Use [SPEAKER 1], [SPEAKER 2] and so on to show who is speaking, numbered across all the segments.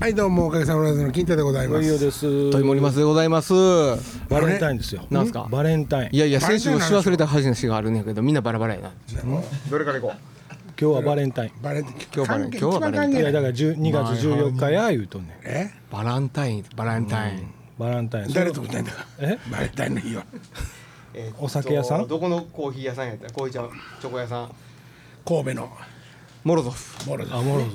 [SPEAKER 1] はいどうもおかげさまでの金太でございま
[SPEAKER 2] いいよ
[SPEAKER 1] す
[SPEAKER 2] です。
[SPEAKER 3] といもりますでございます。
[SPEAKER 2] バレンタインですよ。
[SPEAKER 3] なんすか
[SPEAKER 2] バレンタイン。
[SPEAKER 3] いやいや、選手もし忘れた話があるんやけど、みんなバラバラやな。
[SPEAKER 1] どれから行こ
[SPEAKER 2] 今日はバレンタイン。
[SPEAKER 1] うバレ
[SPEAKER 3] 今日バレ
[SPEAKER 1] 関係
[SPEAKER 3] 今日はバ
[SPEAKER 1] 一番
[SPEAKER 3] レ
[SPEAKER 1] 関
[SPEAKER 2] い
[SPEAKER 1] 係
[SPEAKER 2] や
[SPEAKER 1] ない
[SPEAKER 2] だから10 2月14日や言うとんねん。
[SPEAKER 1] え
[SPEAKER 3] バランタイン、バランタイン。
[SPEAKER 2] バレンタイン。
[SPEAKER 1] 誰と食ったんだか
[SPEAKER 2] え
[SPEAKER 1] バレンタインの日は
[SPEAKER 4] えーっと
[SPEAKER 2] お酒屋さん
[SPEAKER 4] どこのコーヒー屋さんやったコーヒーちゃんチョコ屋さん
[SPEAKER 1] 神戸の
[SPEAKER 3] モロゾフ。
[SPEAKER 1] モロゾ
[SPEAKER 2] あ
[SPEAKER 1] フ
[SPEAKER 2] モロゾフ。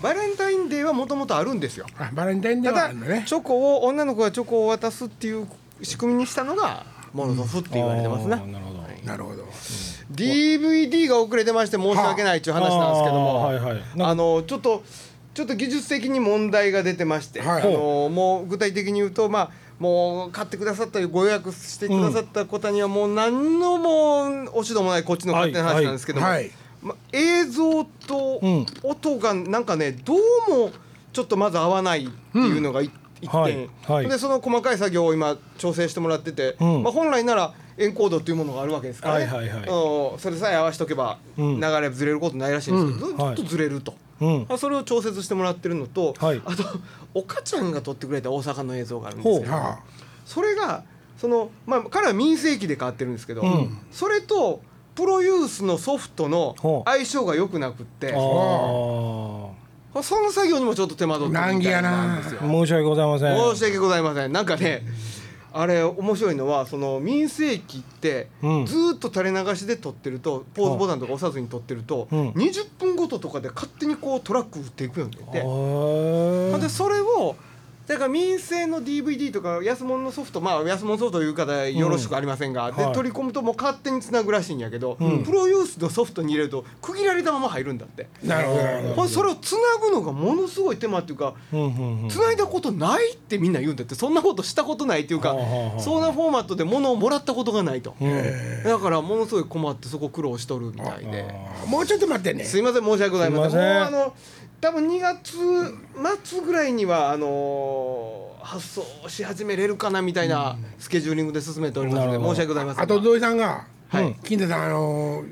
[SPEAKER 4] バレンタインデーはもともとあるんですよ
[SPEAKER 1] あバレンタインで
[SPEAKER 4] た
[SPEAKER 1] はあ
[SPEAKER 4] だ
[SPEAKER 1] るのね
[SPEAKER 4] チョコを女の子がチョコを渡すっていう仕組みにしたのがモノゾフって言われてます
[SPEAKER 2] あ
[SPEAKER 4] な、
[SPEAKER 2] ーなるほど。話
[SPEAKER 1] なるほど
[SPEAKER 4] DVD が遅れてまして申し訳ないっていう話なんですけどもあ,、
[SPEAKER 2] はいはい。なんか
[SPEAKER 4] のちょっとちょっと技術的に問題が出てまして、
[SPEAKER 1] はい
[SPEAKER 4] あのもう具体的に言うとまあもう買ってくださったりご予約してくださった方にはもう何のもうおしどもないこっちの勝手な話なんですけども、
[SPEAKER 1] はいはい
[SPEAKER 4] ま、映像と
[SPEAKER 2] うん
[SPEAKER 4] 音がなんかねどうもちょっとまず合わないっていうのがい一点、
[SPEAKER 2] はいはい
[SPEAKER 4] でその細かい作業を今調整してもらってて、
[SPEAKER 2] うん
[SPEAKER 4] まあ、本来ならエンコードっていうものがあるわけですからね、
[SPEAKER 2] はいはいはい
[SPEAKER 4] うんそれさえ合わしとけば
[SPEAKER 2] うん
[SPEAKER 4] 流れずれることないらしいんですけど、
[SPEAKER 2] ん
[SPEAKER 4] ず
[SPEAKER 2] は
[SPEAKER 4] っ
[SPEAKER 2] い
[SPEAKER 4] とずれると、
[SPEAKER 2] うん。
[SPEAKER 4] まあそれを調節してもらってるのと、
[SPEAKER 2] はい
[SPEAKER 4] あと岡ちゃんが撮ってくれた大阪の映像があるんです
[SPEAKER 2] ほ
[SPEAKER 4] け
[SPEAKER 2] う
[SPEAKER 4] ど
[SPEAKER 1] は
[SPEAKER 4] それがその、まあ、彼は民生機で買ってるんですけど、
[SPEAKER 2] ん
[SPEAKER 4] それとプロユースのソフトの
[SPEAKER 2] ほう
[SPEAKER 4] 相性が良くなくって
[SPEAKER 2] あ
[SPEAKER 4] その作業にもちょっと手間取ってるみたいなんですよ
[SPEAKER 2] あ。。申し訳ございません。
[SPEAKER 4] 申し訳ございませんなんかねあれ面白いのはその民生機って
[SPEAKER 2] うん
[SPEAKER 4] ずーっと垂れ流しで撮ってるとポーズボタンとか押さずに撮ってると
[SPEAKER 2] うん
[SPEAKER 4] 20分ごととかで勝手にこうトラック振っていくようになって
[SPEAKER 2] へ
[SPEAKER 4] で
[SPEAKER 2] ー
[SPEAKER 4] それをだから民生の DVD とか安物のソフトまあ安物ソフトという方はよろしくありませんが、で
[SPEAKER 2] はい
[SPEAKER 4] 取り込むともう勝手につなぐらしいんやけど、プロユースのソフトに入れると区切られたまま入るんだって、
[SPEAKER 1] あなるほどなるほど
[SPEAKER 4] ほんでそれをつなぐのがものすごい手間っていうか
[SPEAKER 2] うんうんうん。
[SPEAKER 4] 繋いだことないってみんな言うんだってそんなことしたことないっていうか
[SPEAKER 2] はあはあはあ
[SPEAKER 4] そんなフォーマットで物をもらったことがないと、
[SPEAKER 2] うん。
[SPEAKER 4] だからものすごい困ってそこ苦労しとるみたいで。
[SPEAKER 1] もうちょっと待ってね
[SPEAKER 4] すいません申し訳ございません
[SPEAKER 2] すいません
[SPEAKER 4] もうあの多分2月末ぐらいにはあのー発送し始めれるかなみたいなスケジューリングで進めておりますので
[SPEAKER 2] なる
[SPEAKER 4] 申
[SPEAKER 2] ほど
[SPEAKER 4] し訳ございません
[SPEAKER 1] あと土井さんが
[SPEAKER 4] はい
[SPEAKER 1] 金太さんあの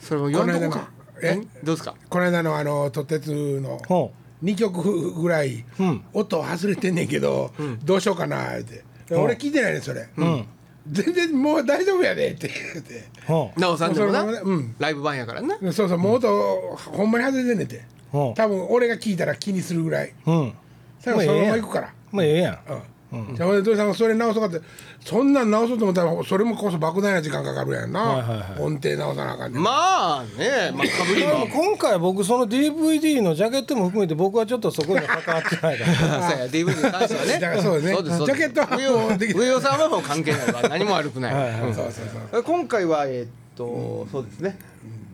[SPEAKER 4] それも言わんとこか
[SPEAKER 1] この間の
[SPEAKER 4] えどうですか
[SPEAKER 1] この間のあの「とてつ」の
[SPEAKER 2] ほ
[SPEAKER 1] 2曲ぐらい
[SPEAKER 2] ん
[SPEAKER 1] 音忘れてんねんけどどうしようかなって
[SPEAKER 2] ん
[SPEAKER 1] 俺聞いてないねそれ
[SPEAKER 2] ん
[SPEAKER 1] 全然もう大丈夫やでって言って
[SPEAKER 2] うほう
[SPEAKER 4] なおさんでもな
[SPEAKER 1] それもうん
[SPEAKER 4] ライブ版やからな
[SPEAKER 1] そうそうもう音ほんまに外れてんねんて
[SPEAKER 2] ほ。
[SPEAKER 1] 多分俺が聞いたら気にするぐらいう
[SPEAKER 2] うん。
[SPEAKER 1] それはそのまま行くから
[SPEAKER 2] まあええやん。
[SPEAKER 1] うんじゃあ俺土井さんがそれ直そうかってそんなん直そうと思ったらそれもこそ莫大な時間かかるやん
[SPEAKER 2] はいはいは
[SPEAKER 1] ない音程直さなあかんねん
[SPEAKER 4] まあねまあかぶり
[SPEAKER 2] で
[SPEAKER 4] は
[SPEAKER 2] も今回僕その DVD のジャケットも含めて僕はちょっとそこには関わってないから。
[SPEAKER 4] そうや DVD に関してはね
[SPEAKER 1] だからそうですね
[SPEAKER 4] ですそうです
[SPEAKER 1] ジャケットはもうできた
[SPEAKER 4] 上尾上尾さんはもう関係ないわ何も悪くない
[SPEAKER 2] はいはい
[SPEAKER 1] そうそうそう
[SPEAKER 4] 今回はえーっと、そうですね、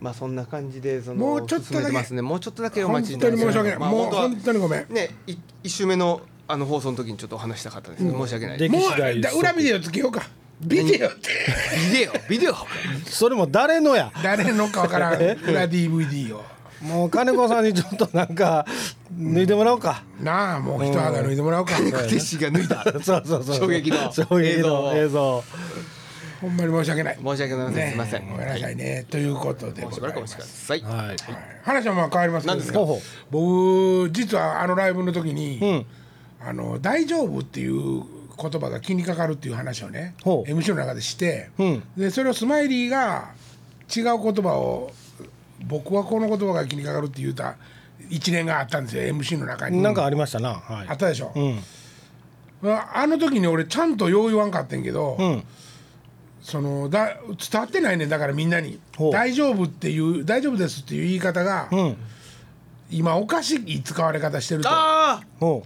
[SPEAKER 4] まあそんな感じでその
[SPEAKER 1] もうちょっとだけ
[SPEAKER 4] 進めてますねもうちょっとだけお
[SPEAKER 1] 本
[SPEAKER 4] 待ち
[SPEAKER 1] 当に申し訳ない、
[SPEAKER 4] まあ
[SPEAKER 1] もう
[SPEAKER 4] 本当は
[SPEAKER 1] 本当にごめん
[SPEAKER 4] ねい一週目のあの放送の時にちょっとお話したかったんですけど、申し訳ない
[SPEAKER 2] で
[SPEAKER 1] も
[SPEAKER 2] 歴史大
[SPEAKER 1] うだ
[SPEAKER 2] 好き
[SPEAKER 1] 裏ビデオつけようかビデオって
[SPEAKER 4] ビデオビ デオ
[SPEAKER 2] それも誰のや。
[SPEAKER 1] 誰のかわからん裏 DVD を
[SPEAKER 2] もう金子さんにちょっとなんか脱いでもらおうか。
[SPEAKER 1] なあもう一肌脱いでもらおうか
[SPEAKER 4] テッシーが脱いだ
[SPEAKER 2] そうそうそう。
[SPEAKER 4] 衝撃 の
[SPEAKER 2] 衝撃の
[SPEAKER 4] 映
[SPEAKER 2] 映像。
[SPEAKER 1] ほんまに申し訳ない
[SPEAKER 4] 申し訳ございません、すいません
[SPEAKER 1] ごめんなさいねということで
[SPEAKER 4] もう
[SPEAKER 1] ご
[SPEAKER 4] し
[SPEAKER 1] ざ
[SPEAKER 4] ばら
[SPEAKER 1] い
[SPEAKER 4] くお
[SPEAKER 1] ま
[SPEAKER 4] 待ち
[SPEAKER 1] す
[SPEAKER 4] ください、
[SPEAKER 2] はい。
[SPEAKER 1] 話はまあ変わりますけど
[SPEAKER 4] 何ですか
[SPEAKER 2] ほうほう
[SPEAKER 1] 僕実はあのライブの時に、
[SPEAKER 2] ん
[SPEAKER 1] あの「大丈夫」っていう言葉が気にかかるっていう話をね
[SPEAKER 2] ほう
[SPEAKER 1] MC の中でして、
[SPEAKER 2] うん
[SPEAKER 1] でそれをスマイリーが違う言葉を「僕はこの言葉が気にかかる」って言うた一年があったんですよ MC の中に。
[SPEAKER 2] なんかありましたな。は
[SPEAKER 1] あっ
[SPEAKER 2] い。
[SPEAKER 1] たでしょ、
[SPEAKER 2] うん。
[SPEAKER 1] あの時に俺ちゃんとよう言わんかってんけど、
[SPEAKER 2] ん
[SPEAKER 1] そのだ伝わってないねんだからみんなに
[SPEAKER 2] ほ
[SPEAKER 1] 「
[SPEAKER 2] う
[SPEAKER 1] 大丈夫」っていう「大丈夫です」っていう言い方が、
[SPEAKER 2] ん
[SPEAKER 1] 今おかしい使われ方してると
[SPEAKER 4] あ
[SPEAKER 2] ほ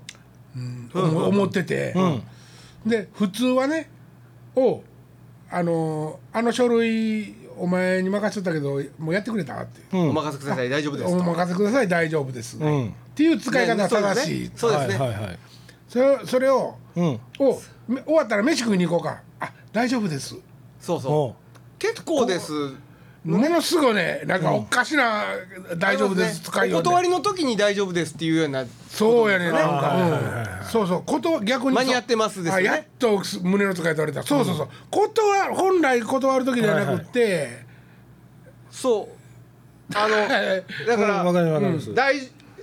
[SPEAKER 1] 思思ってて、で普通はね「おうあのあの書類お前に任せとったけどもうやってくれた?」って、
[SPEAKER 4] あ、お任せください大丈夫です
[SPEAKER 1] お
[SPEAKER 4] と
[SPEAKER 1] 任せください大丈夫です」
[SPEAKER 2] う。うん。
[SPEAKER 1] っていう使い方が正しい、
[SPEAKER 4] ねそう
[SPEAKER 2] は
[SPEAKER 4] で
[SPEAKER 2] い
[SPEAKER 4] すね、
[SPEAKER 2] はいはい。
[SPEAKER 1] それそれを
[SPEAKER 2] うん。
[SPEAKER 1] おめ終わったら飯食いに行こうかあ大丈夫です
[SPEAKER 4] そうそう
[SPEAKER 2] ほ
[SPEAKER 4] 結構です
[SPEAKER 1] ものすごいねなんかおかしな「大丈夫です」使い
[SPEAKER 4] お
[SPEAKER 1] よう
[SPEAKER 4] 断
[SPEAKER 1] ね
[SPEAKER 4] りの時に大丈夫ですっていうような
[SPEAKER 1] そうやねなん
[SPEAKER 2] あー
[SPEAKER 1] かうんそうそうこと逆に
[SPEAKER 4] 間に合ってますです
[SPEAKER 1] あ
[SPEAKER 4] ね
[SPEAKER 1] やっと胸の使い取れたそうそうそう断る本来断る時ではなくって
[SPEAKER 4] そうあのだか
[SPEAKER 2] う。わかりま
[SPEAKER 4] ら
[SPEAKER 2] すわかります。
[SPEAKER 4] 大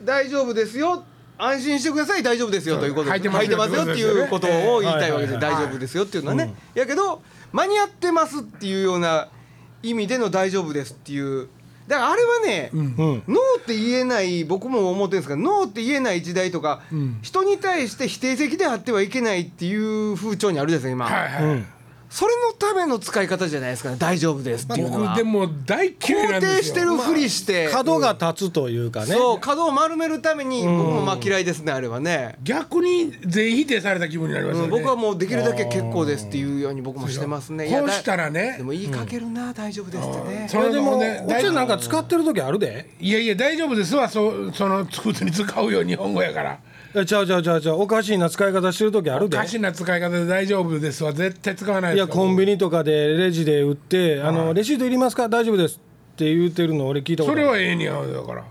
[SPEAKER 4] 大丈夫ですよ安心してください大丈夫ですよということで
[SPEAKER 1] 履いてますよ
[SPEAKER 4] 履いてますよっていうことを言いたいわけで
[SPEAKER 2] はい
[SPEAKER 4] 大丈夫ですよっていうのはねやけど間に合ってますっていうような意味での大丈夫ですっていうだからあれはね
[SPEAKER 2] うん
[SPEAKER 4] ノーって言えない僕も思ってるんですけどノーって言えない時代とか人に対して否定的であってはいけないっていう風潮にあるですね今
[SPEAKER 1] はいはい、
[SPEAKER 2] うん
[SPEAKER 4] それのための使い方じゃないですかね大丈夫ですっていうのは
[SPEAKER 1] 僕でも大嫌いな
[SPEAKER 4] 肯
[SPEAKER 1] んで
[SPEAKER 4] 定
[SPEAKER 1] す
[SPEAKER 4] し
[SPEAKER 1] よ
[SPEAKER 4] てるふりして
[SPEAKER 2] 角が立つというかね
[SPEAKER 4] そう角を丸めるために僕もまあ嫌いですねあれはね
[SPEAKER 1] 逆に全否定された気分になりますよね、
[SPEAKER 4] うん、僕はもうできるだけ結構ですっていうように僕もしてますね。いや
[SPEAKER 1] こうしたら
[SPEAKER 4] だ
[SPEAKER 1] ね
[SPEAKER 4] でも言いかけるな、大丈夫ですってね
[SPEAKER 1] そ
[SPEAKER 2] い。やでも
[SPEAKER 1] そ
[SPEAKER 2] お
[SPEAKER 1] れもね
[SPEAKER 2] 茶なんか使ってる時あるで
[SPEAKER 1] いやいや大丈夫ですわそその普通に使うよ日本語やから
[SPEAKER 2] えちゃうちゃうちゃうちゃうおかしいな使い方してる時あるで
[SPEAKER 1] おかしな使い方で大丈夫ですわ絶対使わない
[SPEAKER 2] い
[SPEAKER 1] です
[SPEAKER 2] や
[SPEAKER 1] よ
[SPEAKER 2] コンビニとかでレジで売って「あのレシートいりますか大丈夫です」って言ってるの俺聞いたこ
[SPEAKER 1] そ
[SPEAKER 2] と
[SPEAKER 1] れ
[SPEAKER 2] ない
[SPEAKER 1] はええに合うだから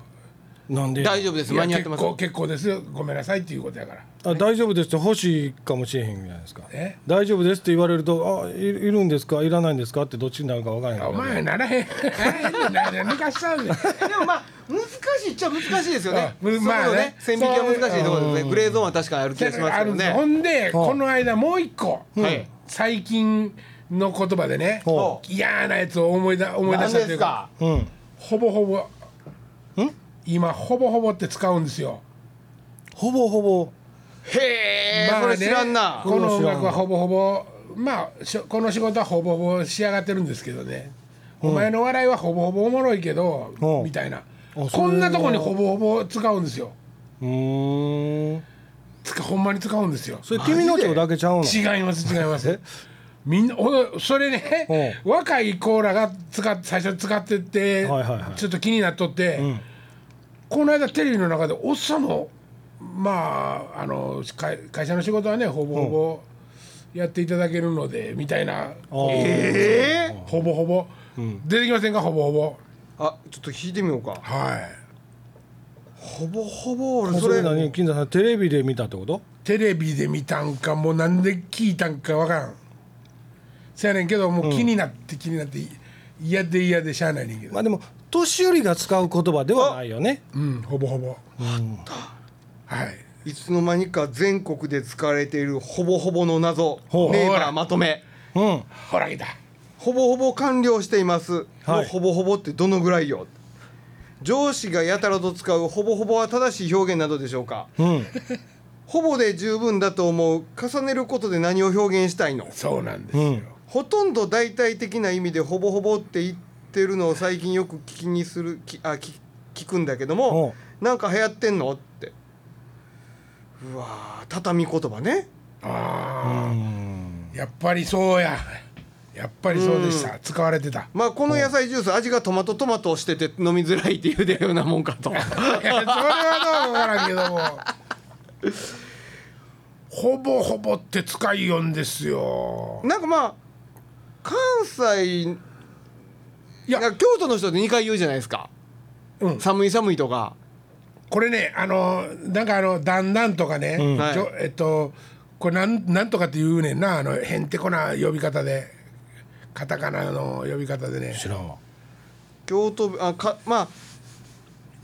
[SPEAKER 2] なんで
[SPEAKER 4] 大丈夫です。
[SPEAKER 1] い
[SPEAKER 4] 間
[SPEAKER 1] や
[SPEAKER 4] に合ってます
[SPEAKER 1] 結。構結構ですよごめんなさいっていうことやから
[SPEAKER 2] あ大丈夫ですって欲しいかもしれへんじゃないですか
[SPEAKER 1] え
[SPEAKER 2] 大丈夫ですって言われると「あいいるんですかいらないんですか?」ってどっちになるか分からへん
[SPEAKER 1] お
[SPEAKER 2] から
[SPEAKER 1] 前ならへん抜かしちゃうねん
[SPEAKER 4] でもまあ難しいっちゃ難しいですよね。
[SPEAKER 1] うん
[SPEAKER 4] そこ
[SPEAKER 1] まあ
[SPEAKER 4] の
[SPEAKER 1] ね
[SPEAKER 4] ね線引きは難しいところですね。グレーゾーンは確かにある気がします
[SPEAKER 1] あ
[SPEAKER 4] け
[SPEAKER 1] る
[SPEAKER 4] ど
[SPEAKER 1] んです
[SPEAKER 4] ね。
[SPEAKER 1] ほんでこの間もう一個、
[SPEAKER 4] はい
[SPEAKER 1] 最近の言葉でね
[SPEAKER 4] ほ
[SPEAKER 1] 嫌なやつを思いだ思い出
[SPEAKER 4] 何
[SPEAKER 1] した
[SPEAKER 4] で
[SPEAKER 1] とい
[SPEAKER 4] す
[SPEAKER 1] うか
[SPEAKER 4] か。
[SPEAKER 2] うん
[SPEAKER 1] ほぼほぼ今ほぼほぼって使うんですよ
[SPEAKER 2] ほぼほぼ
[SPEAKER 4] へえ、
[SPEAKER 1] まあ
[SPEAKER 4] そ
[SPEAKER 1] ね
[SPEAKER 4] れ知らんな。
[SPEAKER 1] この音楽はほぼほぼまあしょこの仕事はほぼほぼ仕上がってるんですけどね、お前の笑いはほぼほぼおもろいけど、
[SPEAKER 2] うん
[SPEAKER 1] みたいな
[SPEAKER 2] それは
[SPEAKER 1] こんなとこにほぼほぼ使うんですよ
[SPEAKER 2] うーん
[SPEAKER 1] つかほんまに使うんですよ
[SPEAKER 2] それ君の町だけちゃうの
[SPEAKER 1] 違います違いますみんなおそれね若い子らが使っ最初使ってて、
[SPEAKER 2] はいはいはい
[SPEAKER 1] ちょっと気になっとって、
[SPEAKER 2] ん
[SPEAKER 1] この間テレビの中でおっさんもまああの会会社の仕事はねほぼほぼやっていただけるのでみたいな
[SPEAKER 4] ええ。
[SPEAKER 1] ほぼほぼ、出てきませんかほぼほぼ
[SPEAKER 4] あ、ちょっと聞いてみようか。
[SPEAKER 1] はい
[SPEAKER 4] ほぼほぼ俺
[SPEAKER 2] そ
[SPEAKER 4] そ
[SPEAKER 2] れ
[SPEAKER 4] れ。
[SPEAKER 2] 何金田さんテレビで見たってこと
[SPEAKER 1] テレビで見たんかもうなんで聞いたんかわからんせやねんけどもう気になって気になってい嫌で嫌でしゃあないねんけど
[SPEAKER 2] まあでも年寄りが使う言葉ではないよね
[SPEAKER 1] うんほぼほぼはい
[SPEAKER 4] いつの間にか全国で使われているほぼほぼの謎。
[SPEAKER 2] ほう
[SPEAKER 4] ネイバーまとめ。
[SPEAKER 2] うん
[SPEAKER 1] ほら来た
[SPEAKER 4] ほぼほぼ完了しています、
[SPEAKER 2] はい
[SPEAKER 4] もうほぼほぼってどのぐらいよ上司がやたらと使うほぼほぼは正しい表現などでしょうか
[SPEAKER 2] うん
[SPEAKER 4] ほぼで十分だと思う重ねることで何を表現したいの
[SPEAKER 1] そうなんですよ、
[SPEAKER 2] うん
[SPEAKER 4] ほとんど大体的な意味でほぼほぼって言ってるのを最近よく聞きにするきあ聞聞くんだけどもなんか流行ってんのってうわー畳言葉ね
[SPEAKER 1] ああやっぱりそうややっぱりそうでした、使われてた
[SPEAKER 4] まあこの野菜ジュース味がトマトトマトしてて飲みづらいって言うてるようなもんか と。
[SPEAKER 1] いやそれはどうかわからんけ どもほぼほぼって使いよんですよ
[SPEAKER 4] なんかまあ関西い
[SPEAKER 1] いや
[SPEAKER 4] や京都の人で2回言うじゃないですか、
[SPEAKER 1] うん
[SPEAKER 4] 寒い寒いとか
[SPEAKER 1] これねあのなんかあのだんだんとかね、
[SPEAKER 4] はい
[SPEAKER 1] ちょえっとこれなんなんとかって言うねんなあのへんてこな呼び方でカタカナの呼び方でね
[SPEAKER 2] 知らんわ
[SPEAKER 4] 京都あかま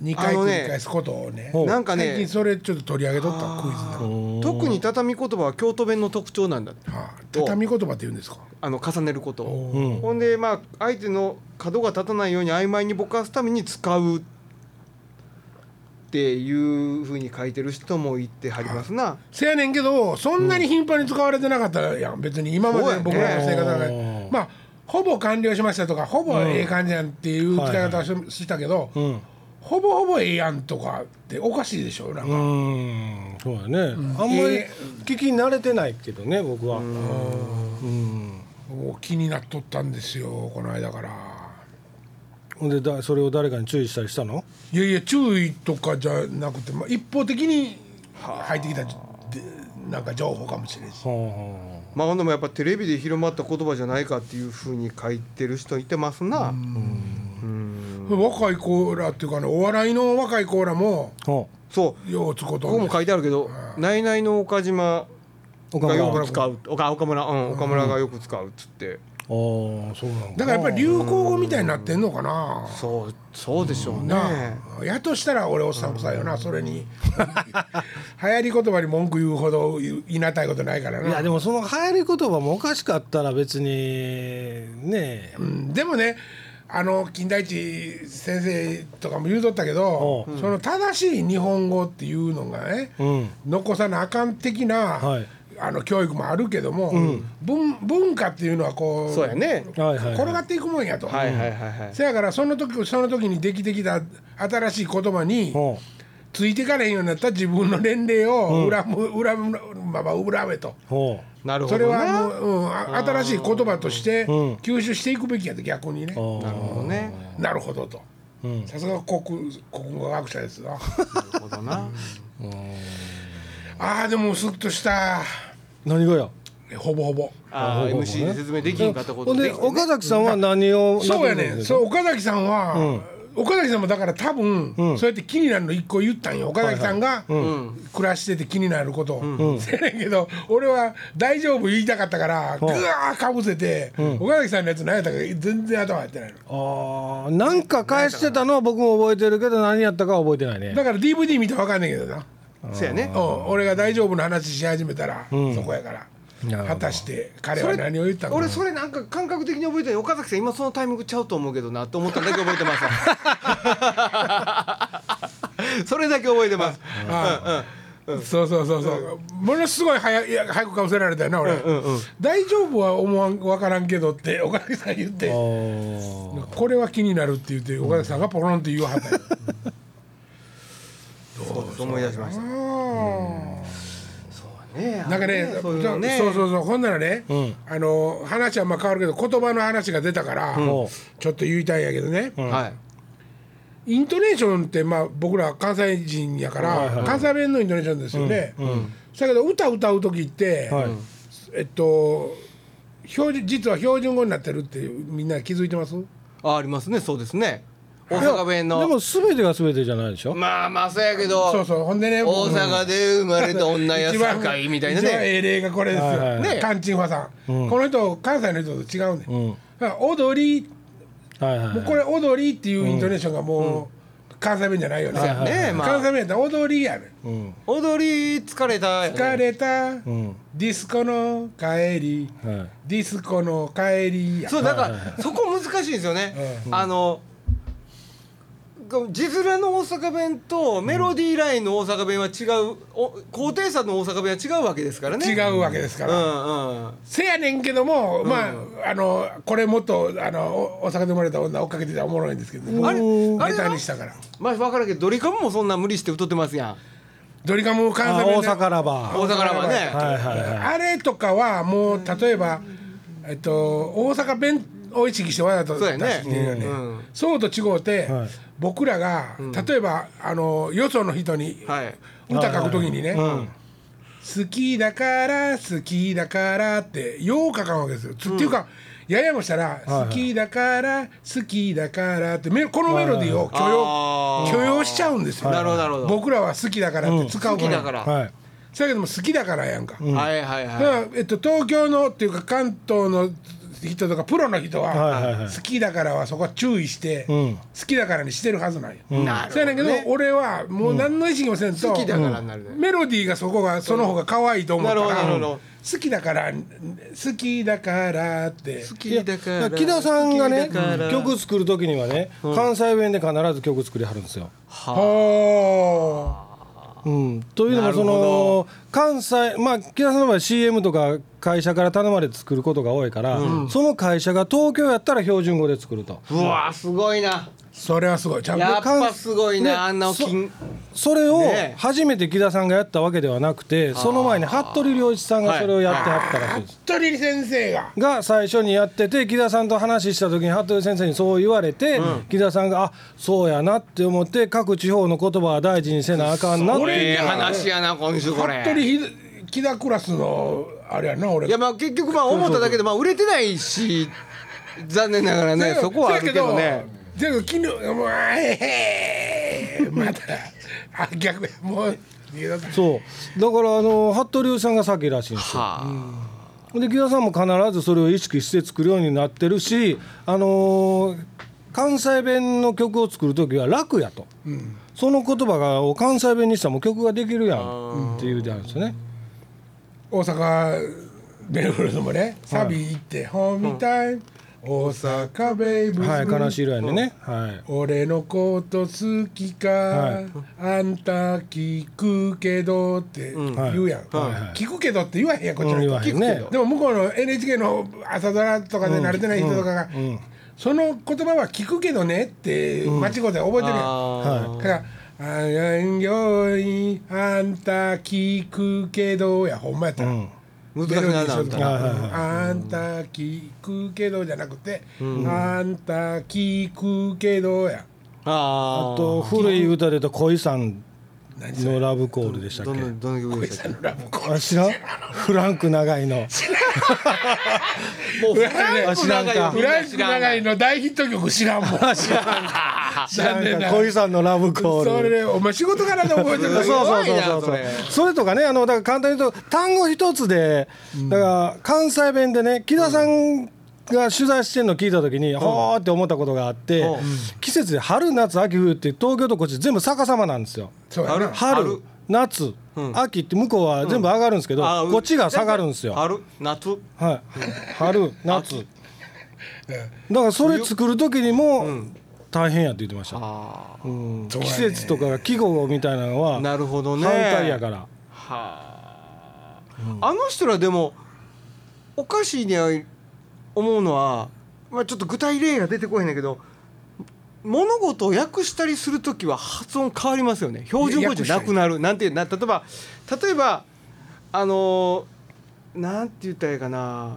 [SPEAKER 1] 2回
[SPEAKER 4] あのね
[SPEAKER 1] 繰り返すことをね
[SPEAKER 4] あなんか
[SPEAKER 1] 最近
[SPEAKER 4] ね
[SPEAKER 1] それちょっと取り上げとったクイズだは
[SPEAKER 4] 特に畳言葉は京都弁の特徴なんだ
[SPEAKER 1] あ畳言葉って言うんですか
[SPEAKER 4] あの重ねることを、
[SPEAKER 2] うん
[SPEAKER 4] ほんでまあ相手の角が立たないように曖昧にぼかすために使うっていうふうに書いてる人もいてはりますな、
[SPEAKER 1] せやねんけどそんなに頻繁に使われてなかったやん別に今までの僕らの生活の中
[SPEAKER 2] そう
[SPEAKER 1] で
[SPEAKER 2] やね
[SPEAKER 1] まあほぼ完了しましたとかほぼええ感じやんっていう使い方をししたけど
[SPEAKER 2] うん
[SPEAKER 1] ほぼほぼええやんとかっておかしいでしょなん
[SPEAKER 2] う
[SPEAKER 1] か
[SPEAKER 2] ーんそうだね、あんまり
[SPEAKER 1] え
[SPEAKER 2] 聞き慣れてないけどね僕は
[SPEAKER 1] もう気になっとったんですよこの間から
[SPEAKER 2] ほんでだそれを誰かに注意したりしたの
[SPEAKER 1] いやいや注意とかじゃなくて、まあ、一方的に入ってきたでなんか情報かもしれんし
[SPEAKER 2] は
[SPEAKER 4] まあほんでもやっぱテレビで広まった言葉じゃないかっていうふうに書いてる人いてますな、
[SPEAKER 1] 若い子らっていうかねお笑いの若い子らも
[SPEAKER 2] あは
[SPEAKER 4] そう
[SPEAKER 1] ようつこと
[SPEAKER 4] ここも書いてあるけど「ナイナイの岡
[SPEAKER 2] あ
[SPEAKER 4] 島
[SPEAKER 2] 岡
[SPEAKER 4] がよ
[SPEAKER 2] 村
[SPEAKER 4] く使う」岡岡村うん岡村がよく使うっつって
[SPEAKER 2] ああそうなん
[SPEAKER 1] だからやっぱり流行語みたいになってんのかな
[SPEAKER 4] そうそうでしょうね、
[SPEAKER 1] なあやとしたら俺おっさん臭いよなそれ に流行り言葉に文句言うほど言いなたいことないから
[SPEAKER 2] いや
[SPEAKER 1] な
[SPEAKER 2] でもその流行り言葉もおかしかったら別にねえ
[SPEAKER 1] うんでもねあの金田一先生とかも言うとったけどその正しい日本語っていうのがね
[SPEAKER 2] うん
[SPEAKER 1] 残さなあかん的な、
[SPEAKER 2] はい
[SPEAKER 1] あの教育もあるけども、文文化っていうのはこう
[SPEAKER 4] そうやね
[SPEAKER 2] はいはい、
[SPEAKER 1] 転が
[SPEAKER 2] は
[SPEAKER 1] っていくもんやと、
[SPEAKER 4] はいはいはいはい
[SPEAKER 1] せやからその時その時にできてきた新しい言葉に
[SPEAKER 2] い、うん
[SPEAKER 1] ついていかれへんようになった自分の年齢を恨む、恨むまあまあ恨めと。
[SPEAKER 2] ほ
[SPEAKER 4] なるほ
[SPEAKER 1] そ
[SPEAKER 4] ど
[SPEAKER 1] れ
[SPEAKER 4] ね
[SPEAKER 1] はもう、うん、あ新しい言葉として吸収していくべきやと逆にね、
[SPEAKER 2] うああ
[SPEAKER 4] なるほどね
[SPEAKER 1] なるほどと
[SPEAKER 2] うん
[SPEAKER 1] さすが国国語学者ですな
[SPEAKER 4] なるほどな
[SPEAKER 1] あーでもスッとした
[SPEAKER 2] 何がや
[SPEAKER 1] ほぼほぼ
[SPEAKER 2] ほ
[SPEAKER 4] ああ
[SPEAKER 2] ぼほぼね
[SPEAKER 4] MC で説明できんかったこ
[SPEAKER 2] ほ
[SPEAKER 4] と
[SPEAKER 2] んで
[SPEAKER 4] できてね
[SPEAKER 2] 岡崎さんは何を
[SPEAKER 1] そうや
[SPEAKER 2] 何を
[SPEAKER 1] ね
[SPEAKER 2] 言
[SPEAKER 1] そう岡崎さんは、岡崎さんもだから多分、そうやって気になるの一個言ったんよ岡崎さんが、暮らしてて気になること、 せやねんけど俺は「大丈夫」言いたかったからぐわーかぶせて、岡崎さんのやつ何やったか全然頭入ってないの
[SPEAKER 2] ああなんか返してたのは僕も覚えてるけど何やったかは覚えてないね
[SPEAKER 1] だから DVD 見て分かんないけどな、
[SPEAKER 4] そうやね
[SPEAKER 1] うん、俺が「大丈夫」の話し始めたら、そこやから
[SPEAKER 2] なるほど
[SPEAKER 1] 果たして彼は何を言ったの
[SPEAKER 4] 俺それなんか感覚的に覚えてない岡崎さん今そのタイミングちゃうと思うけどなと思っただけ覚えてます それだけ覚えてます
[SPEAKER 1] ああそうそうそうそう、ものすごい早いいや早くかぶせられたよな俺、大丈夫は思わん分からんけどって岡崎さん言って
[SPEAKER 2] あー
[SPEAKER 1] これは気になるって言って岡崎さんがポロンって言わはったよ、
[SPEAKER 4] そうです思い出しましたそうね
[SPEAKER 1] なんかね
[SPEAKER 4] そういう
[SPEAKER 1] そ
[SPEAKER 4] の
[SPEAKER 1] う
[SPEAKER 4] ね
[SPEAKER 1] そうそうそうほんならね、あの話はまあ変わるけど言葉の話が出たから、
[SPEAKER 2] ん
[SPEAKER 1] ちょっと言いたいんやけどね、
[SPEAKER 4] はい
[SPEAKER 1] イントネーションってまあ僕ら関西人やから、関西弁のイントネーションですよね。だけど歌歌う時って、
[SPEAKER 2] はい
[SPEAKER 1] えっと標準実は標準語になってるってみんな気づいてます
[SPEAKER 4] あありますねそうですね大阪弁
[SPEAKER 2] でも
[SPEAKER 4] の
[SPEAKER 2] 全てが全てじゃないでしょ
[SPEAKER 4] まあまあそうやけ
[SPEAKER 1] そう
[SPEAKER 4] ど
[SPEAKER 1] そうほんでね
[SPEAKER 4] 大阪で生まれた女や
[SPEAKER 1] 一
[SPEAKER 4] さ
[SPEAKER 1] 番
[SPEAKER 4] かいみたいな
[SPEAKER 1] 一番
[SPEAKER 4] ね
[SPEAKER 1] ええ例がこれですよ、
[SPEAKER 2] はいはい
[SPEAKER 4] はい
[SPEAKER 1] ねカンチンファさん、この人関西の人と違うね、
[SPEAKER 2] うん
[SPEAKER 1] だから踊り
[SPEAKER 2] はいはい
[SPEAKER 1] もうこれ踊りっていうイントネーションがもう関西弁じゃないよね,、
[SPEAKER 4] そうやねまあ
[SPEAKER 1] 関西弁やったら踊りやね
[SPEAKER 2] うん
[SPEAKER 4] 踊り疲れた
[SPEAKER 1] 疲れた、
[SPEAKER 2] うん
[SPEAKER 1] ディスコの帰り、
[SPEAKER 2] はい
[SPEAKER 1] ディスコの帰りや
[SPEAKER 4] そうだからそこ難しいんですよねあの字面の大阪弁とメロディーラインの大阪弁は違うお高低差の大阪弁は違うわけですからね
[SPEAKER 1] 違
[SPEAKER 4] う
[SPEAKER 1] うわけですか
[SPEAKER 4] う
[SPEAKER 1] ら、
[SPEAKER 4] んうん
[SPEAKER 1] せやねんけども、まああのこれもっとあのお大阪で生まれた女追っかけてたらおもろいんですけど、ね、
[SPEAKER 4] あれあれ
[SPEAKER 1] ネ
[SPEAKER 4] は
[SPEAKER 1] タにしたから
[SPEAKER 4] まあ分からんけどドリカムもそんな無理して歌ってますやん
[SPEAKER 1] ドリカム関
[SPEAKER 2] あ
[SPEAKER 1] 西弁
[SPEAKER 2] 大
[SPEAKER 1] で
[SPEAKER 2] 阪ラ
[SPEAKER 4] 大
[SPEAKER 2] バ
[SPEAKER 4] 阪はね、
[SPEAKER 2] ーはいはいはい
[SPEAKER 1] あれとかはもう例えば、えっと、大阪弁を意識してわざと
[SPEAKER 4] そ
[SPEAKER 1] 出
[SPEAKER 4] うやね
[SPEAKER 1] してるよね
[SPEAKER 4] うん
[SPEAKER 1] そうと違うて、
[SPEAKER 2] はい
[SPEAKER 1] 僕らが例えばあのよその人に
[SPEAKER 4] はい
[SPEAKER 1] 歌書くときにね、好きだから好きだからってよう書かんわけですよ、つっていうかややもしたら、
[SPEAKER 2] はい
[SPEAKER 1] 好きだから好きだからってメこのメロディーを許容、
[SPEAKER 4] あー
[SPEAKER 1] 許容しちゃうんですよ、
[SPEAKER 4] なるほどなるほど
[SPEAKER 1] 僕らは好きだからって使うから、
[SPEAKER 4] 好きだから、
[SPEAKER 2] はい
[SPEAKER 1] そやけども好きだからやんか、
[SPEAKER 4] はいはい
[SPEAKER 1] だか
[SPEAKER 4] は
[SPEAKER 1] らえっと、東京のっていうか関東の人とかプロの人は,、
[SPEAKER 2] はいはいはい
[SPEAKER 1] 好きだからはそこは注意して、
[SPEAKER 2] ん
[SPEAKER 1] 好きだからにしてるはずなんよ。
[SPEAKER 4] い、なる
[SPEAKER 1] そうやねんけど、俺はもう何の意識もせんと、
[SPEAKER 4] 好きだからになるね
[SPEAKER 1] メロディーがそこがその方が可愛いと思った
[SPEAKER 4] なる
[SPEAKER 1] ら、
[SPEAKER 4] ほどなるほど
[SPEAKER 1] 好きだから好きだからって
[SPEAKER 4] 好きだか
[SPEAKER 2] だからら木田さんがね
[SPEAKER 4] 好きだから
[SPEAKER 2] 曲作る時にはね関西弁で必ず曲作りはるんですよ。
[SPEAKER 4] は
[SPEAKER 1] ほ
[SPEAKER 2] うん、というのもそ
[SPEAKER 4] なるほ
[SPEAKER 2] の関西まあ木田さんの場合 CM とか会社から頼まれて作ることが多いから、その会社が東京やったら標準語で作ると
[SPEAKER 4] あうわすごいな
[SPEAKER 1] ーそれはすごいちゃんと
[SPEAKER 4] やっぱすごいな、
[SPEAKER 2] ね
[SPEAKER 4] あんな
[SPEAKER 2] そ
[SPEAKER 4] 金
[SPEAKER 2] それを
[SPEAKER 4] ねえ
[SPEAKER 2] 初めて木田さんがやったわけではなくてその前に服部良一さんがそれをやってはったらしいです。
[SPEAKER 1] 服部先生が
[SPEAKER 2] が最初にやってて木田さんと話した時に服部先生にそう言われて、木田さんがあそうやなって思って各地方の言葉は大事にせなあかんなっ
[SPEAKER 1] そ
[SPEAKER 2] て
[SPEAKER 1] れ
[SPEAKER 4] ええ話やな今週こ
[SPEAKER 1] 服部
[SPEAKER 4] れ
[SPEAKER 1] ひ木田クラスのあれやな俺
[SPEAKER 4] いやまあ結局まあ思っただけでまあ売れてないし残念ながらねそこはあるけどね
[SPEAKER 1] せやけどせやけど昨日もうえーまたあ逆やもう逃げ出さ
[SPEAKER 2] そうだからあの服部さんが先らしいんですよ
[SPEAKER 4] は
[SPEAKER 2] で木田さんも必ずそれを意識して作るようになってるし、あのー関西弁の曲を作る時は楽やと、その言葉がを関西弁にしたらもう曲ができるやんっていうじゃんですよね。
[SPEAKER 1] 大阪ベルフルドもねサビ行って「ホームタイム大阪ベイブス」
[SPEAKER 2] はい、悲しい色やんでね。はい
[SPEAKER 1] 俺のこと好きか、
[SPEAKER 2] はい
[SPEAKER 1] あんた聞くけどって言うやん、聞くけどって言わへんやんこっちの
[SPEAKER 2] うん
[SPEAKER 1] 人、
[SPEAKER 2] 言わへんね
[SPEAKER 1] 聞くけどでも向こうの NHK の朝ドラとかで慣れてない人とかが、その言葉は聞くけどねって間違って覚えてるやん、
[SPEAKER 4] あ
[SPEAKER 1] だから「あやんよいあんた聞くけど」やほんまやったら。
[SPEAKER 4] 難しいななん
[SPEAKER 1] ベ
[SPEAKER 4] か
[SPEAKER 1] ロ
[SPEAKER 2] はい
[SPEAKER 1] ディー
[SPEAKER 2] はい
[SPEAKER 1] しようとあんた聞くけどじゃなくて、あんた聞くけどや。
[SPEAKER 4] あ
[SPEAKER 2] あと古い歌で言うと恋さんのラブコールでしたっ
[SPEAKER 4] ど
[SPEAKER 2] け。
[SPEAKER 4] のどの曲でしたっ
[SPEAKER 2] あ知らんフランク長いの。
[SPEAKER 4] け もうフランク長いよ
[SPEAKER 1] フランク長いの大ヒット曲知らんもん。知らんねんな。
[SPEAKER 2] 恋さんのラブコール。
[SPEAKER 1] それお前仕事からで覚えてる
[SPEAKER 2] そうそうそうそう
[SPEAKER 4] す
[SPEAKER 2] そ
[SPEAKER 4] ご
[SPEAKER 2] う
[SPEAKER 4] いなそれ
[SPEAKER 2] それとかねあのだから簡単に言うと単語一つでだから関西弁でね木田さんが取材してるの聞いた時に、ほーって思ったことがあって、
[SPEAKER 4] うん
[SPEAKER 2] 季節で春夏秋冬って東京とこっち全部逆さまなんですよ
[SPEAKER 1] そうや
[SPEAKER 4] ある
[SPEAKER 1] な。
[SPEAKER 2] 春
[SPEAKER 4] 春
[SPEAKER 2] 夏、秋って向こうは全部上がるんですけど、
[SPEAKER 4] あう
[SPEAKER 2] こっちが下がるんですよ、
[SPEAKER 4] 春夏
[SPEAKER 2] はい、春夏だからそれ作る時にも大変やって言ってました、
[SPEAKER 4] あ
[SPEAKER 2] うん
[SPEAKER 1] そうや
[SPEAKER 2] 季
[SPEAKER 1] ね
[SPEAKER 2] 節とかが季語みたいなのは
[SPEAKER 4] あなるほどね
[SPEAKER 2] 反対やから。
[SPEAKER 4] はあ、あの人らでもおかしいに思うのは、まあ、ちょっと具体例が出てこへんねんけど物事を訳したりする時は発音変わりますよね標準語じゃなくなるなんていうな例えば例えばあのーなんて言ったらいいかな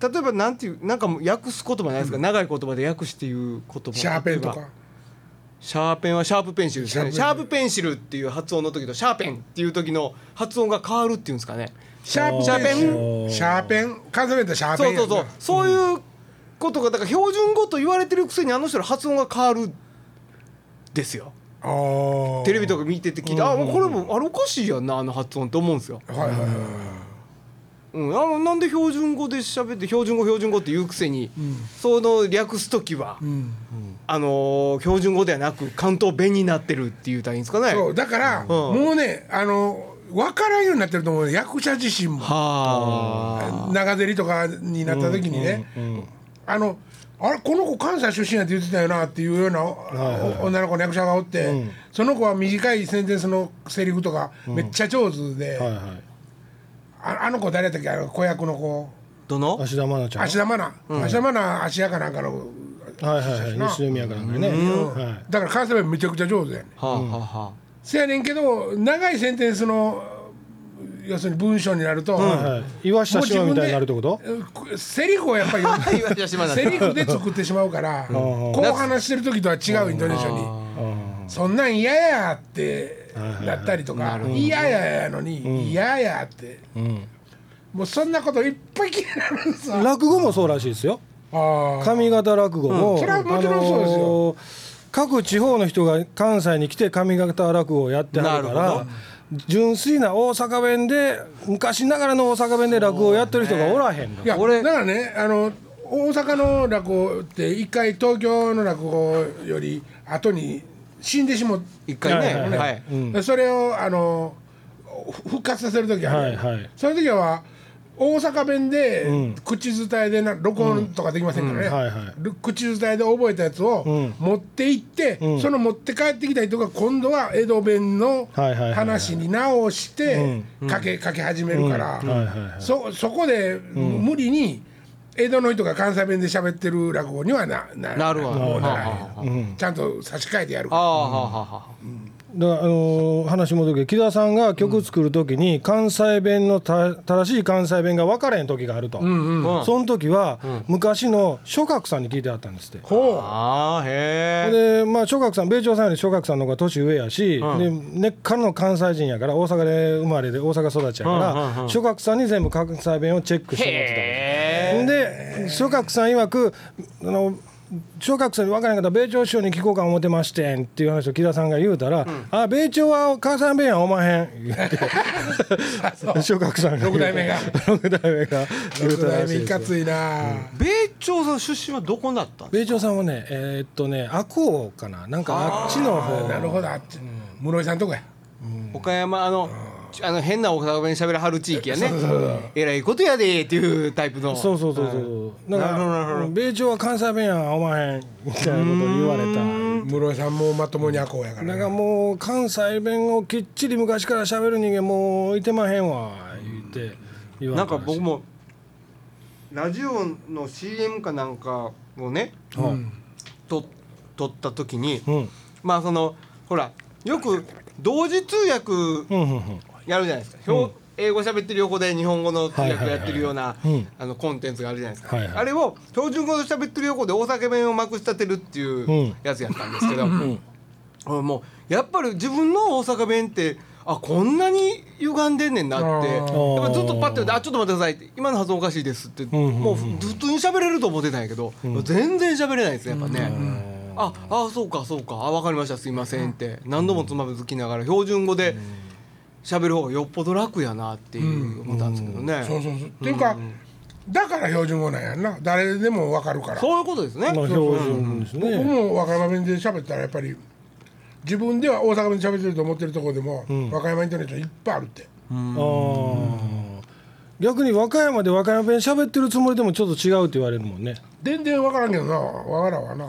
[SPEAKER 4] 例えばなんていうなんかもう訳す言葉ないですか、長い言葉で訳していう言葉
[SPEAKER 1] シャーペンと
[SPEAKER 4] 例えば
[SPEAKER 1] か。
[SPEAKER 4] シャーペンはシャープペンシルですね
[SPEAKER 1] シ
[SPEAKER 4] シ
[SPEAKER 1] ャ
[SPEAKER 4] ャ
[SPEAKER 1] ー
[SPEAKER 4] ープペンシルっていう発音の時とシャーペンっていう時の発音が変わるっていうんですかね
[SPEAKER 1] シャー
[SPEAKER 4] シャーペン
[SPEAKER 1] ン。シャーペン。数えたらシャーペ
[SPEAKER 4] そ
[SPEAKER 1] ン
[SPEAKER 4] う
[SPEAKER 1] やん
[SPEAKER 4] そう
[SPEAKER 1] な。
[SPEAKER 4] そうそういうことがだから標準語と言われてるくせにあの人の発音が変わるんですよ
[SPEAKER 1] ああ。
[SPEAKER 4] テレビとか見てて聞いて、あもうこれもあれおかしいやんなあの発音って思うんですよ、
[SPEAKER 1] はいはいはい。
[SPEAKER 4] うん、あのなんで標準語で喋って標準語標準語って言うくせに、その略す時は、
[SPEAKER 1] うん。
[SPEAKER 4] あのー標準語ではなく関東弁になってるって言うたらいいんですかね
[SPEAKER 1] そうだからもうねあの分からんようになってると思うよ役者自身も。
[SPEAKER 4] はあ
[SPEAKER 1] 長ゼリとかになった時にね、あのあれこの子関西出身やって言ってたよなっていうようなお女の子の役者がおって、その子は短いセンテンスのセリフとかめっちゃ上手で、
[SPEAKER 2] はいはい
[SPEAKER 1] ああの子誰やったっけあの子役の子
[SPEAKER 4] どの
[SPEAKER 2] 芦田愛菜ちゃん。
[SPEAKER 1] 芦田愛菜芦田愛菜芦屋かなんかの、
[SPEAKER 2] はいはいはい。西宮かなんかね。は
[SPEAKER 1] だから関西弁めちゃくちゃ上手やねん
[SPEAKER 4] はあはあは
[SPEAKER 1] せやねんけど長いセンテンスの要するに文章になると、
[SPEAKER 2] い。はい。岩下志麻みたいになるってこと？
[SPEAKER 1] うんセリフをやっぱり
[SPEAKER 4] あ。岩田島
[SPEAKER 1] セリフで作ってしまうからこう話してる時とは違うインドネシアに「そんなん嫌や」ってなったりとか「嫌やや」のに「嫌や」ってもうそんなこといっぱい気になるんですよ。
[SPEAKER 2] 落語もそうらしいですよ。
[SPEAKER 1] ああ
[SPEAKER 2] 上方落語も、
[SPEAKER 1] うんそれはもちろんそうですよ
[SPEAKER 2] のー各地方の人が関西に来て上方落語をやってはるか
[SPEAKER 4] なる
[SPEAKER 2] ら
[SPEAKER 4] ほ
[SPEAKER 2] 純粋な大阪弁で昔ながらの大阪弁で落語をやってる人がおらへんの、
[SPEAKER 1] いやだ
[SPEAKER 4] 俺
[SPEAKER 1] からねあの大阪の落語って一回東京の落語より後に死んでしも
[SPEAKER 4] 一回
[SPEAKER 2] は
[SPEAKER 4] ね
[SPEAKER 2] い
[SPEAKER 4] はい
[SPEAKER 1] それをあのふ復活させる時ある、
[SPEAKER 2] はいはい
[SPEAKER 1] その時は大阪弁で、口伝えでな録音とかできませんからね、
[SPEAKER 2] うんはいはい
[SPEAKER 1] る口伝えで覚えたやつを持って行って、その持って帰ってきた人が今度は江戸弁の
[SPEAKER 2] はいはいはいはい
[SPEAKER 1] 話に直してかけかけ始めるから、
[SPEAKER 2] はいはいはい
[SPEAKER 1] そそこで、無理に江戸の人が関西弁で喋ってる落語にはなな
[SPEAKER 4] なるわ
[SPEAKER 1] もうならへん
[SPEAKER 4] はあはあはあ
[SPEAKER 1] ちゃんと差し替えてやる
[SPEAKER 4] ああはあはあは
[SPEAKER 2] だからあのー話戻るけど木田さんが曲作る時に関西弁のた正しい関西弁が分からへん時があると、
[SPEAKER 4] うん
[SPEAKER 2] その時は昔の諸角さんに聞いてあったんですって。
[SPEAKER 1] ほ
[SPEAKER 4] ああへえ
[SPEAKER 2] でまあ諸角さん米朝さんより諸角さんの方が年上やし、で根っからの関西人やから大阪で生まれで大阪育ちやから、諸角さんに全部関西弁をチェックしてもらってたんです
[SPEAKER 4] へえ
[SPEAKER 2] で諸角さん曰くあの小学生に分からなかった米朝師匠に聞こうか思ってましてんっていう話を木田さんが言うたら「あ米朝は関西弁やおまへん」言って小学さんが言う
[SPEAKER 1] 六代目が
[SPEAKER 2] 六代目が言う
[SPEAKER 1] 六
[SPEAKER 2] たら
[SPEAKER 1] 代
[SPEAKER 2] し
[SPEAKER 1] 目
[SPEAKER 2] い
[SPEAKER 1] い
[SPEAKER 2] で
[SPEAKER 1] か
[SPEAKER 2] す
[SPEAKER 1] ついな、
[SPEAKER 5] 米朝さん出身はどこだったんです
[SPEAKER 2] 米朝さんはねえーっとね赤穂かななんかあっちの方
[SPEAKER 1] なるほどあっち室井さんとこや
[SPEAKER 4] 岡山あのちあの変な岡山弁喋らはる地域やねえらいことやでっていうタイプの
[SPEAKER 2] そうそうそうそうだか
[SPEAKER 5] なるほどなるほ
[SPEAKER 2] ら
[SPEAKER 5] ど
[SPEAKER 2] 米朝は関西弁やおまへんみたいなことを言われた。
[SPEAKER 1] 室井さんもまともにあこうやからな
[SPEAKER 2] なんかもう関西弁をきっちり昔から喋る人間もういてまへんわ言って言わ
[SPEAKER 5] な
[SPEAKER 2] れ
[SPEAKER 5] ん
[SPEAKER 2] た
[SPEAKER 5] から
[SPEAKER 2] し
[SPEAKER 5] 僕も
[SPEAKER 6] ラジオの CM かなんかをね
[SPEAKER 4] と撮った時に
[SPEAKER 2] うん
[SPEAKER 4] まあそのほらよく同時通訳
[SPEAKER 2] うんうんうん
[SPEAKER 4] やるじゃないですか、ひょう英語喋ってる横で日本語の通訳やってるような
[SPEAKER 2] はいはいはいうん
[SPEAKER 4] あのコンテンツがあるじゃないですか、
[SPEAKER 2] はいはい
[SPEAKER 4] あれを標準語で喋ってる横で大阪弁をまくし立てるっていううんやつやったんですけど、俺もうやっぱり自分の大阪弁ってあこんなに歪んでんねんなってやっ
[SPEAKER 2] ー
[SPEAKER 4] ぱずっとパッて言って「あちょっと待ってください」って「今の発音おかしいです」って、
[SPEAKER 2] んうんうん
[SPEAKER 4] もう普通に喋れると思ってたんやけど、全然喋れないですねやっぱね。ああそうかそうかあ分かりましたすいませんって何度もつまずきながら標準語で喋る方がよっぽど楽やなっていう思ったんですけどね、
[SPEAKER 1] そうそうそうっていうかだから標準語なんやんな誰でもわかるから
[SPEAKER 4] そういうことですね、
[SPEAKER 2] まあ標準です
[SPEAKER 1] 僕
[SPEAKER 2] ね
[SPEAKER 1] も和歌山弁で喋ったらやっぱり自分では大阪弁で喋ってると思ってるところでも、和歌山インターネットいっぱいあるって
[SPEAKER 2] あー逆に和歌山で和歌山弁喋ってるつもりでもちょっと違うって言われるもんね
[SPEAKER 1] 全然わからんけどなわからんわな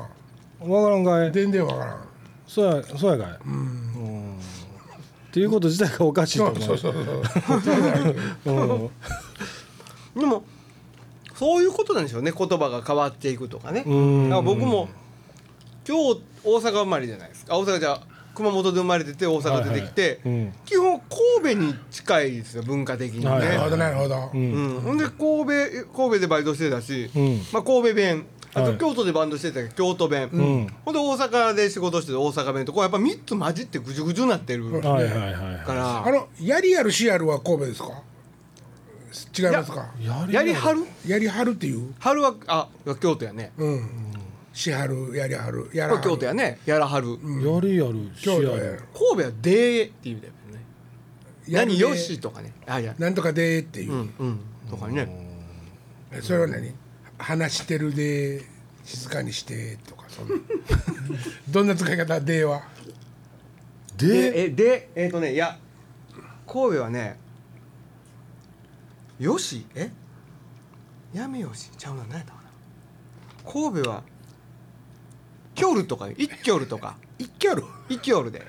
[SPEAKER 2] わからんかい
[SPEAKER 1] 全然わからん
[SPEAKER 2] そうやそうやかいうんっていうこと自体がおかしいと
[SPEAKER 1] そ
[SPEAKER 2] 思
[SPEAKER 1] う
[SPEAKER 2] う
[SPEAKER 1] そうそうそうそう
[SPEAKER 2] うん
[SPEAKER 4] でもそういうことなんでしょうね言葉が変わっていくとかねだから僕も今日大阪生まれじゃないですかあ大阪じゃ熊本で生まれてて大阪出てきて、
[SPEAKER 2] うん
[SPEAKER 4] 基本神戸に近いですよ文化的にね、
[SPEAKER 2] はい
[SPEAKER 1] なるほどなるほど、
[SPEAKER 4] うん、ほんで神戸神戸でバイトしてたし、
[SPEAKER 2] ん
[SPEAKER 4] まあ、神戸弁あ
[SPEAKER 2] は
[SPEAKER 4] と
[SPEAKER 2] い
[SPEAKER 4] 京都でバンドしてたけど京都弁、
[SPEAKER 2] ん
[SPEAKER 4] ほんで大阪で仕事してた大阪弁とこうやっぱ3つ混じってぐじゅぐじゅになってるか
[SPEAKER 2] はいはいはい
[SPEAKER 4] ら、
[SPEAKER 1] あのやりやるしやるは神戸ですか違いますか
[SPEAKER 4] やりはる
[SPEAKER 1] やりはるっていう
[SPEAKER 4] はるはあ京都やね
[SPEAKER 1] うんしはるやりはるやらは
[SPEAKER 4] これ
[SPEAKER 1] る
[SPEAKER 4] 京都やねやらはる、
[SPEAKER 2] やるやるし
[SPEAKER 1] 京
[SPEAKER 2] や
[SPEAKER 1] 都や
[SPEAKER 2] る
[SPEAKER 1] る
[SPEAKER 4] 神戸はでーっていう意味だよね
[SPEAKER 1] やる
[SPEAKER 4] 何
[SPEAKER 1] で
[SPEAKER 4] よしとかねあいや
[SPEAKER 1] なんとかでーっていう、
[SPEAKER 4] うんうんとかね
[SPEAKER 1] それは何話してるで静かにしてとかそんな どんな使い方では
[SPEAKER 4] でえでえっ、とねいや神戸はねよしえやめよしちゃうな何やったかな神戸はキョルとか一キョルとか
[SPEAKER 1] 一挙ある
[SPEAKER 4] 一キョルで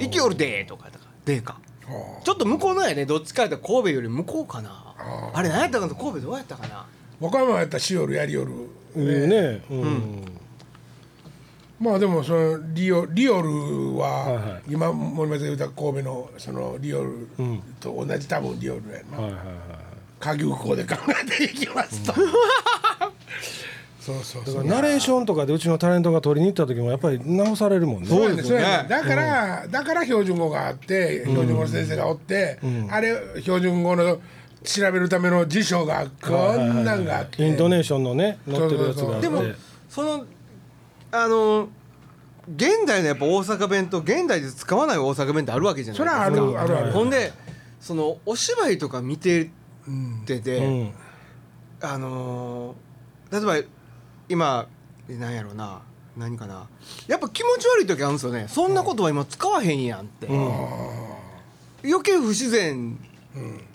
[SPEAKER 4] 一キョルでとかとかでか
[SPEAKER 1] あ
[SPEAKER 4] ちょっと向こうのやねどっちかって神戸より向こうかなあれ何やったかな神戸どうやったかな
[SPEAKER 1] 和歌山やったらしよるやりよる
[SPEAKER 2] うんねうん
[SPEAKER 1] まあでもそのリオリオル
[SPEAKER 2] はいは
[SPEAKER 1] はい今森松が言った神戸のそのリオル
[SPEAKER 2] ん
[SPEAKER 1] と同じ多分リオルやな
[SPEAKER 2] はいはいはい
[SPEAKER 1] 下級校で考えていきますとそうそう
[SPEAKER 2] だ
[SPEAKER 1] そ
[SPEAKER 2] か
[SPEAKER 1] う
[SPEAKER 2] らナレーションとかでうちのタレントが取りに行った時もやっぱり直されるもんね。
[SPEAKER 1] そうですね。だから、だから標準語があって、標準語の先生がおって、あれ標準語の調べるための辞書がこんなんがあって、
[SPEAKER 2] イントネーションのね載ってるやつがあって
[SPEAKER 4] でもそのあの現代のやっぱ大阪弁と現代で使わない大阪弁ってあるわけじゃない
[SPEAKER 1] そ
[SPEAKER 4] で
[SPEAKER 1] れ
[SPEAKER 4] す
[SPEAKER 1] は
[SPEAKER 4] か
[SPEAKER 1] あるあるある。
[SPEAKER 4] ほんでそのお芝居とか見ててて、
[SPEAKER 2] うん
[SPEAKER 4] あのー例えば今なんやろうな何かなやっぱ気持ち悪い時あるんですよねそんな言葉今使わへんやんって、余計不自然、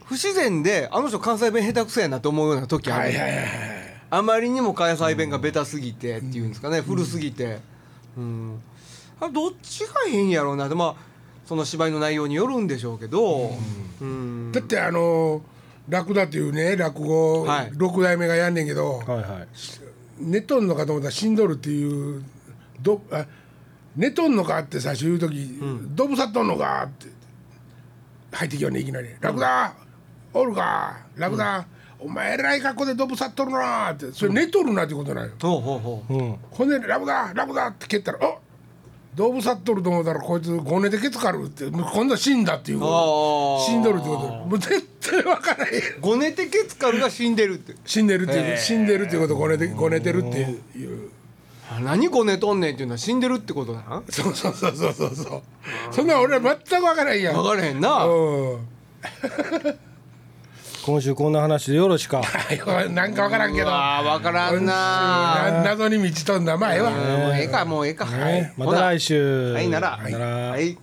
[SPEAKER 4] 不自然であの人関西弁下手くそやなと思うような時あ
[SPEAKER 1] は
[SPEAKER 4] る、
[SPEAKER 1] いはいはいはい。
[SPEAKER 4] あまりにも関西弁がベタすぎてっていうんですかね、古すぎて、うん、あどっちが変やろうなでまあその芝居の内容によるんでしょうけど、うん
[SPEAKER 1] だってあのラクダっていうね落語
[SPEAKER 4] はい
[SPEAKER 1] 六代目がやんねんけど、
[SPEAKER 2] はいはい。
[SPEAKER 1] 寝とんのかと思ったら死んどるっていうどあ寝とんのかって最初言う時、どぶさっとんのかって入ってきよんねいきなり「ラクダおるかラクダ、お前えらい格好でどぶさっとるな」ってそれ寝とるなってことなんよ。
[SPEAKER 4] ほうほうほう
[SPEAKER 2] うん。
[SPEAKER 1] ほんで「ラクダラクダ」って蹴ったら「おどぶさっとると思ったらこいつ5年でケツかる」ってもう今度は死んだっていう
[SPEAKER 4] あー
[SPEAKER 1] 死んどるってこともう絶対分からへん。
[SPEAKER 4] ごねてケツカルが死んでるって
[SPEAKER 1] 死んでるっていう、死んでるっていうことごねてごねてるっていう
[SPEAKER 4] あ何こねとんねんっていうのは死んでるってことだな
[SPEAKER 1] そうそうそうそうそうそうそんなん俺ら全く分からんやん
[SPEAKER 4] 分からへんな
[SPEAKER 1] うん
[SPEAKER 2] 今週こんな話でよろしか
[SPEAKER 1] なんか分からんけど
[SPEAKER 4] あ分からんな
[SPEAKER 1] な謎に満ちとん名前は
[SPEAKER 4] もうええかもうええか、
[SPEAKER 2] ねま
[SPEAKER 4] ほ
[SPEAKER 2] た
[SPEAKER 4] な
[SPEAKER 2] 来週
[SPEAKER 4] はいなら
[SPEAKER 2] なら
[SPEAKER 4] はい